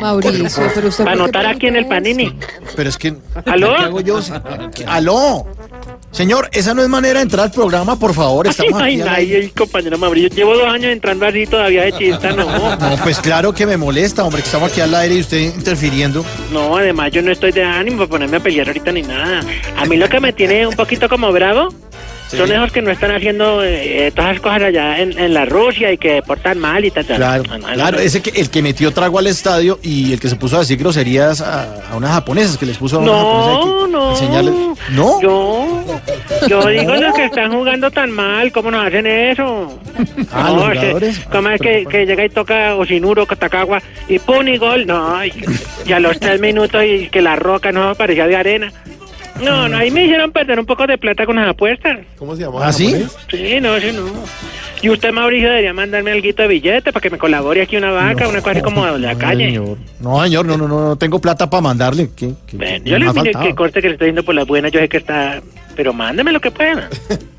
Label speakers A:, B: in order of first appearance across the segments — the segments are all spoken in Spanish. A: Mauricio, pero usted... por qué
B: Anotar aquí en el
A: pregunta eso?
B: panini.
C: Pero es que.
B: ¿Aló?
C: ¿Qué hago yo? ¡Aló! Señor, esa no es manera de entrar al programa, por favor. Estamos
B: Ay,
C: aquí. al aire.
B: ay, compañero Mauricio. Llevo dos años entrando así todavía de chista, no.
C: No, pues claro que me molesta, hombre, que estamos aquí al aire y usted interfiriendo.
B: No, además yo no estoy de ánimo para ponerme a pelear ahorita ni nada. A mí lo que me tiene un poquito como bravo son esos que no están haciendo eh, todas esas cosas allá en, en la Rusia y que portan mal y tal. tal.
C: Claro,
B: No, no, no.
C: claro, ese que, el que metió trago al estadio y el que se puso a decir groserías a, a unas japonesas, que les puso a unas
B: No,
C: japonesas
B: no.
C: pues que enseñarles. No,
B: Yo, yo digo los que están jugando tan mal, ¿cómo nos hacen eso?
C: Ah,
B: No,
C: los
B: ese-
C: jugadores.
B: ¿Cómo es que, que llega y toca Oshinuro, Katakawa y pum y gol? No, y, y a los tres minutos y que la roca no parecía de arena.
C: Ah,
B: No, no, ahí me hicieron perder un poco de plata con las apuestas.
D: ¿Cómo se llamaba?
C: ¿Ah, sí?
B: Sí, no, sí, no. Y usted, Mauricio, debería mandarme algo de billete para que me colabore aquí una vaca, una cosa así como de la calle.
C: No, señor, no, no, no, no tengo plata para mandarle. ¿Qué, qué-
B: Ven,
C: qué
B: yo le
C: más
B: dije
C: faltaba?
B: que corte que le estoy yendo por las buenas, yo sé que está... Pero mándeme lo que pueda.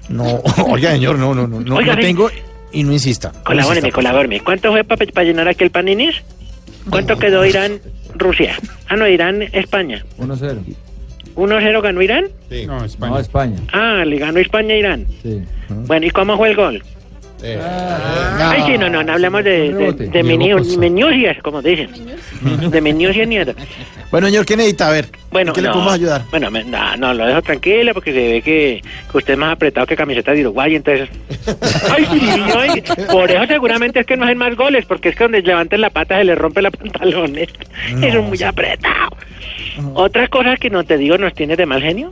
C: No, oiga, señor, no, no, no, no,
B: Oiga,
C: no
B: sí.
C: tengo y no insista. no insista.
B: Colabóreme, colabóreme. ¿Cuánto fue para llenar aquel paninis? ¿Cuánto quedó Irán, Rusia? Ah, no, Irán, España.
E: 1-0.
B: 1-0 ganó Irán.
D: Sí.
F: No,
E: No,
F: España.
E: España.
B: Ah, le ganó España a Irán.
E: Sí.
B: Bueno, ¿y cómo fue el gol?
D: Eh,
B: Ay, sí, no, no, no hablamos de, de,
E: Rebote.
B: de mini- minucias, como dicen. De minucias ni nada.
C: Bueno, señor, ¿qué necesita? A ver,
B: Bueno,
C: ¿en ¿qué le
B: no.
C: podemos ayudar?
B: Bueno, me- no, no, lo dejo tranquilo porque se ve que, que usted es más apretado que camiseta de Uruguay, entonces... Ay, sí, ay, por eso seguramente es que no hacen más goles, porque es que donde levanten la pata se le rompe la pantalones. es muy apretado. Otra cosa que no te digo nos tiene de mal genio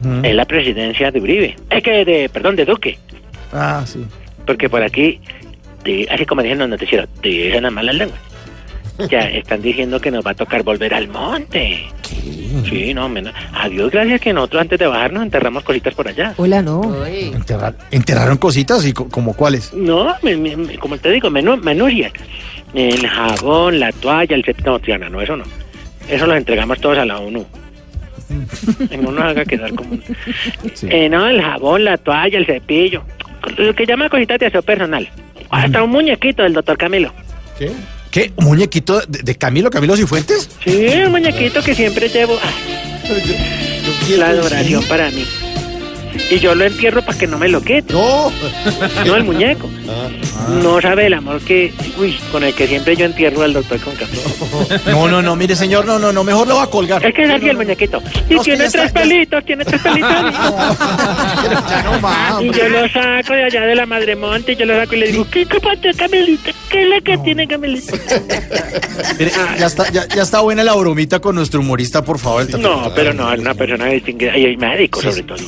C: Mm.
B: es la presidencia de Uribe. Es que, de, perdón, de Duque.
C: Ah, sí.
B: Porque por aquí, de- así como dicen los noticieros, dicen las malas lenguas. Ya están diciendo que nos va a tocar volver al monte. Sí, no, menos. Adiós, gracias que nosotros antes de bajarnos enterramos cositas por allá.
A: Hola, no.
C: Enterrar- enterraron cositas y co- como cuáles.
B: No, me- me- me- como te digo, menú, manuria. El jabón, la toalla, el cepillo. No, tía, no, no, eso no. Eso lo entregamos todos a la ONU. No nos haga quedar como... un- Eh, no, el jabón, la toalla, el cepillo. Lo que llama cositas de aseo personal. Hasta un muñequito del doctor Camilo.
D: ¿Qué?
C: ¿Qué? ¿Un muñequito de, de Camilo, Camilo Cifuentes?
B: Sí, un muñequito que siempre llevo. Ah, la adoración para mí. Y yo lo entierro para que no me lo quite.
D: ¡No!
B: No, el muñeco.
C: Ah,
B: No sabe el amor que... Uy, con el que siempre yo entierro al doctor con Camilo.
C: No, no, no, mire, señor, no, no, no, mejor lo va a colgar.
B: Es que es así el muñequito. Y
C: No, es que
B: tiene
C: ya está,
B: tres
C: ya-
B: pelitos, tiene tres pelitos.
C: Pero ya no va,
B: y
C: hombre.
B: yo lo saco de allá de la madre monte, yo lo saco y le digo, ¿qué capateo, Camelita? ¿Qué es la que tiene Camelita?
C: Mire,
B: Ah.
C: ya, está, ya, ya está buena la bromita con nuestro humorista, por favor. Tata.
B: No, pero no, es una persona distinguida. Y es médico, sobre todo.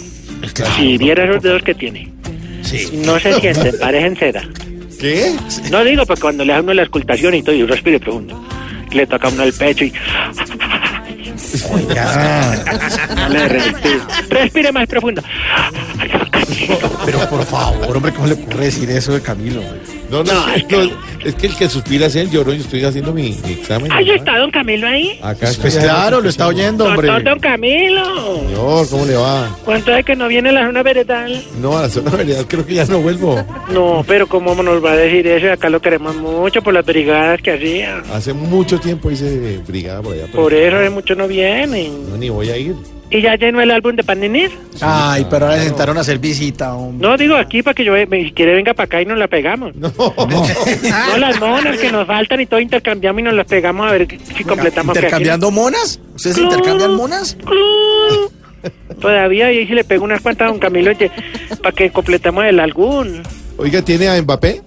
B: Si viera esos dedos que tiene. No se sienten, parecen cera.
D: ¿Qué?
B: No digo, porque cuando le da uno la escultación y todo, y respire profundo. Le toca uno el pecho y
C: Ya,
B: le respira. Respire más profundo.
C: pero por favor, hombre, ¿cómo le ocurre decir eso de Camilo? hombre?
D: No, no,
B: No,
D: es, que, no, es que el que suspira es él. Yo no yo estoy haciendo mi, mi examen.
B: ¿Ahí
D: ¿no?
B: está don Camilo ahí?
D: Acá
C: Pues,
D: estoy
C: pues, claro, lo está oyendo, hombre.
B: Don, don Camilo.
D: Señor, ¿cómo le va?
B: ¿Cuánto es que no viene la zona veredal?
D: No, a la zona de veredad creo que ya no vuelvo.
B: No, pero ¿cómo nos va a decir eso? Acá lo queremos mucho por las brigadas que hacía.
D: Hace mucho tiempo hice brigada por allá. pero
B: Por eso de mucho no vienen.
D: No, ni voy a ir.
B: ¿Y ya llenó el álbum de Paninis?
C: Ay, pero ahora le sentaron a hacer visita, hombre.
B: No, digo aquí para que yo, me- si quiere, venga para acá y nos la pegamos. No, las monas que nos faltan y todo intercambiamos y nos las pegamos a ver si completamos. que aquí-
C: ¿Intercambiando monas? ¿Ustedes
B: Claro.
C: intercambian monas?
B: Claro. Todavía y ahí se le pego unas cuantas a don Camilo para que completamos el álbum.
D: Oiga, ¿tiene a Mbappé?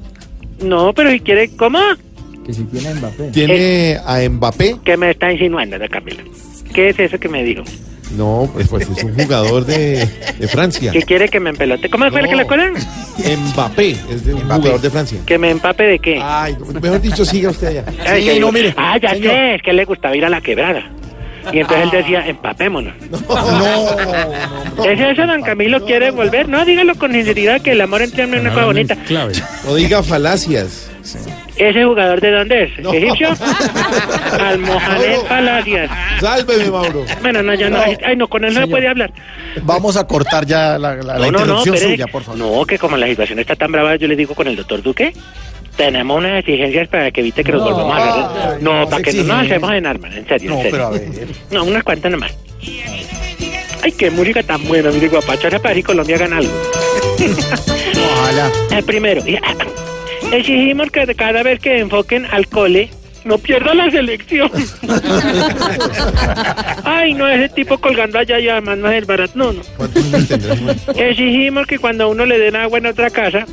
B: No, pero si quiere, ¿cómo?
E: Que si tiene Mbappé.
D: ¿Tiene a Mbappé?
B: ¿Qué me está insinuando don Camilo? ¿Qué es eso que me dijo?
D: No, pues, pues es un jugador de, de Francia.
B: ¿Qué quiere que me empelote? ¿Cómo fue
D: No.
B: que la colan?
D: Mbappé es de un
C: Mbappé.
D: jugador de Francia.
B: Que me empape de qué.
D: Ay, mejor dicho, siga usted allá.
B: Ay,
C: Ah, sí,
B: que
C: no,
B: digo,
C: mire,
B: Ah, ya
C: señor.
B: sé, es que le gustaba ir a la quebrada. Y entonces él decía, empapémonos.
C: No,
B: ¿Es eso, don Camilo? ¿Quiere volver? No, dígalo con sinceridad que el amor entre hombres es una cosa bonita.
F: Clave.
D: No diga falacias.
B: ¿Ese jugador de dónde es?
D: No.
B: ¿Egipcio? Almohamed
D: No.
B: Palacias.
D: Sálveme, Mauro.
B: Bueno, no, ya no. Ay, no, con él no se
C: Señor.
B: puede hablar.
C: vamos a cortar ya la,
B: no, no,
C: la- la
B: no,
C: interrupción
B: pero es-
C: suya, por favor.
B: No, que como la situación está tan brava, yo le digo con el doctor Duque tenemos unas exigencias para que evite que nos
E: No,
B: volvamos a hacer.
D: ay,
B: No,
D: no,
B: para que no nos
D: exigencias.
B: hacemos en armas, en serio,
D: No,
B: en serio.
D: pero a ver.
B: No, unas cuantas nomás. Ay, qué música tan buena, mire guapacho. Ahora para ver si Colombia gana algo.
C: Ojalá.
B: El primero, ya. exigimos que cada vez que enfoquen al cole, no pierda la selección. Ay, no, ese tipo colgando allá y además no es el barato. No, no.
D: ¿Cuántos años tendrás?
B: Exigimos que cuando a uno le den agua en otra casa,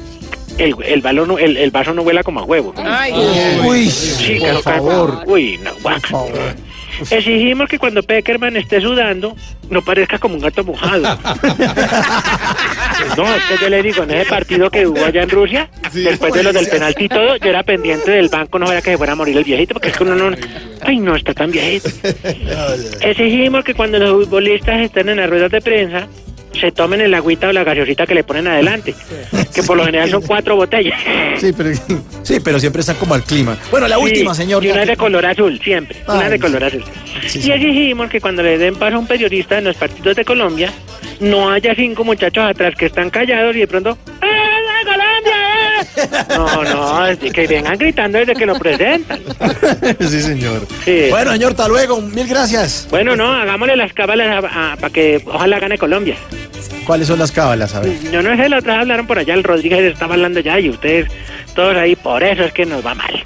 B: el, el, balón no- el, el vaso no huela como a huevo.
C: Uy,
B: Chicas,
C: por favor.
B: Uy, no, guaca. Exigimos que cuando Peckerman esté sudando, no parezca como un gato mojado. Pues no, es que yo le digo, en ese partido que hubo allá en Rusia,
D: Sí,
B: después de lo del
D: buenísimo.
B: penalti y todo, yo era pendiente del banco, no era que se fuera a morir el viejito, porque es que uno no... Ay, no, está tan viejito. Exigimos que cuando los futbolistas estén en las ruedas de prensa, se tomen el agüita o la gaseosita que le ponen adelante, que por lo general son cuatro botellas.
C: Sí, pero, sí, pero siempre está como al clima. Bueno, la
B: Sí,
C: última, señor.
B: Y una
C: ya
B: de
C: que-
B: color azul, siempre. una
C: Ay,
B: de color azul.
C: sí,
B: y
C: sí.
B: exigimos que cuando le den paso a un periodista en los partidos de Colombia, no haya cinco muchachos atrás que están callados y de pronto. ¡Eh, la Colombia! eh!". No, no, es que vengan gritando desde que lo presentan.
D: Sí, señor.
B: Sí. Bueno,
C: Bueno, señor, hasta luego. Mil gracias.
B: no, hagámosle las cábalas para que ojalá gane Colombia.
C: ¿Cuáles son las cábalas? A ver.
B: Yo no sé, la otra vez hablaron por allá, el Rodríguez estaba hablando ya y ustedes todos ahí, por eso es que nos va mal.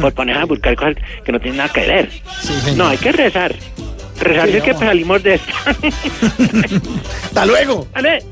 B: Por poner a buscar cosas que no tienen nada que ver.
C: Sí, señor.
B: No, hay que rezar. Rezar
C: Sí,
B: si es que
C: vamos.
B: salimos de esta.
C: Hasta luego.
B: ¿Vale?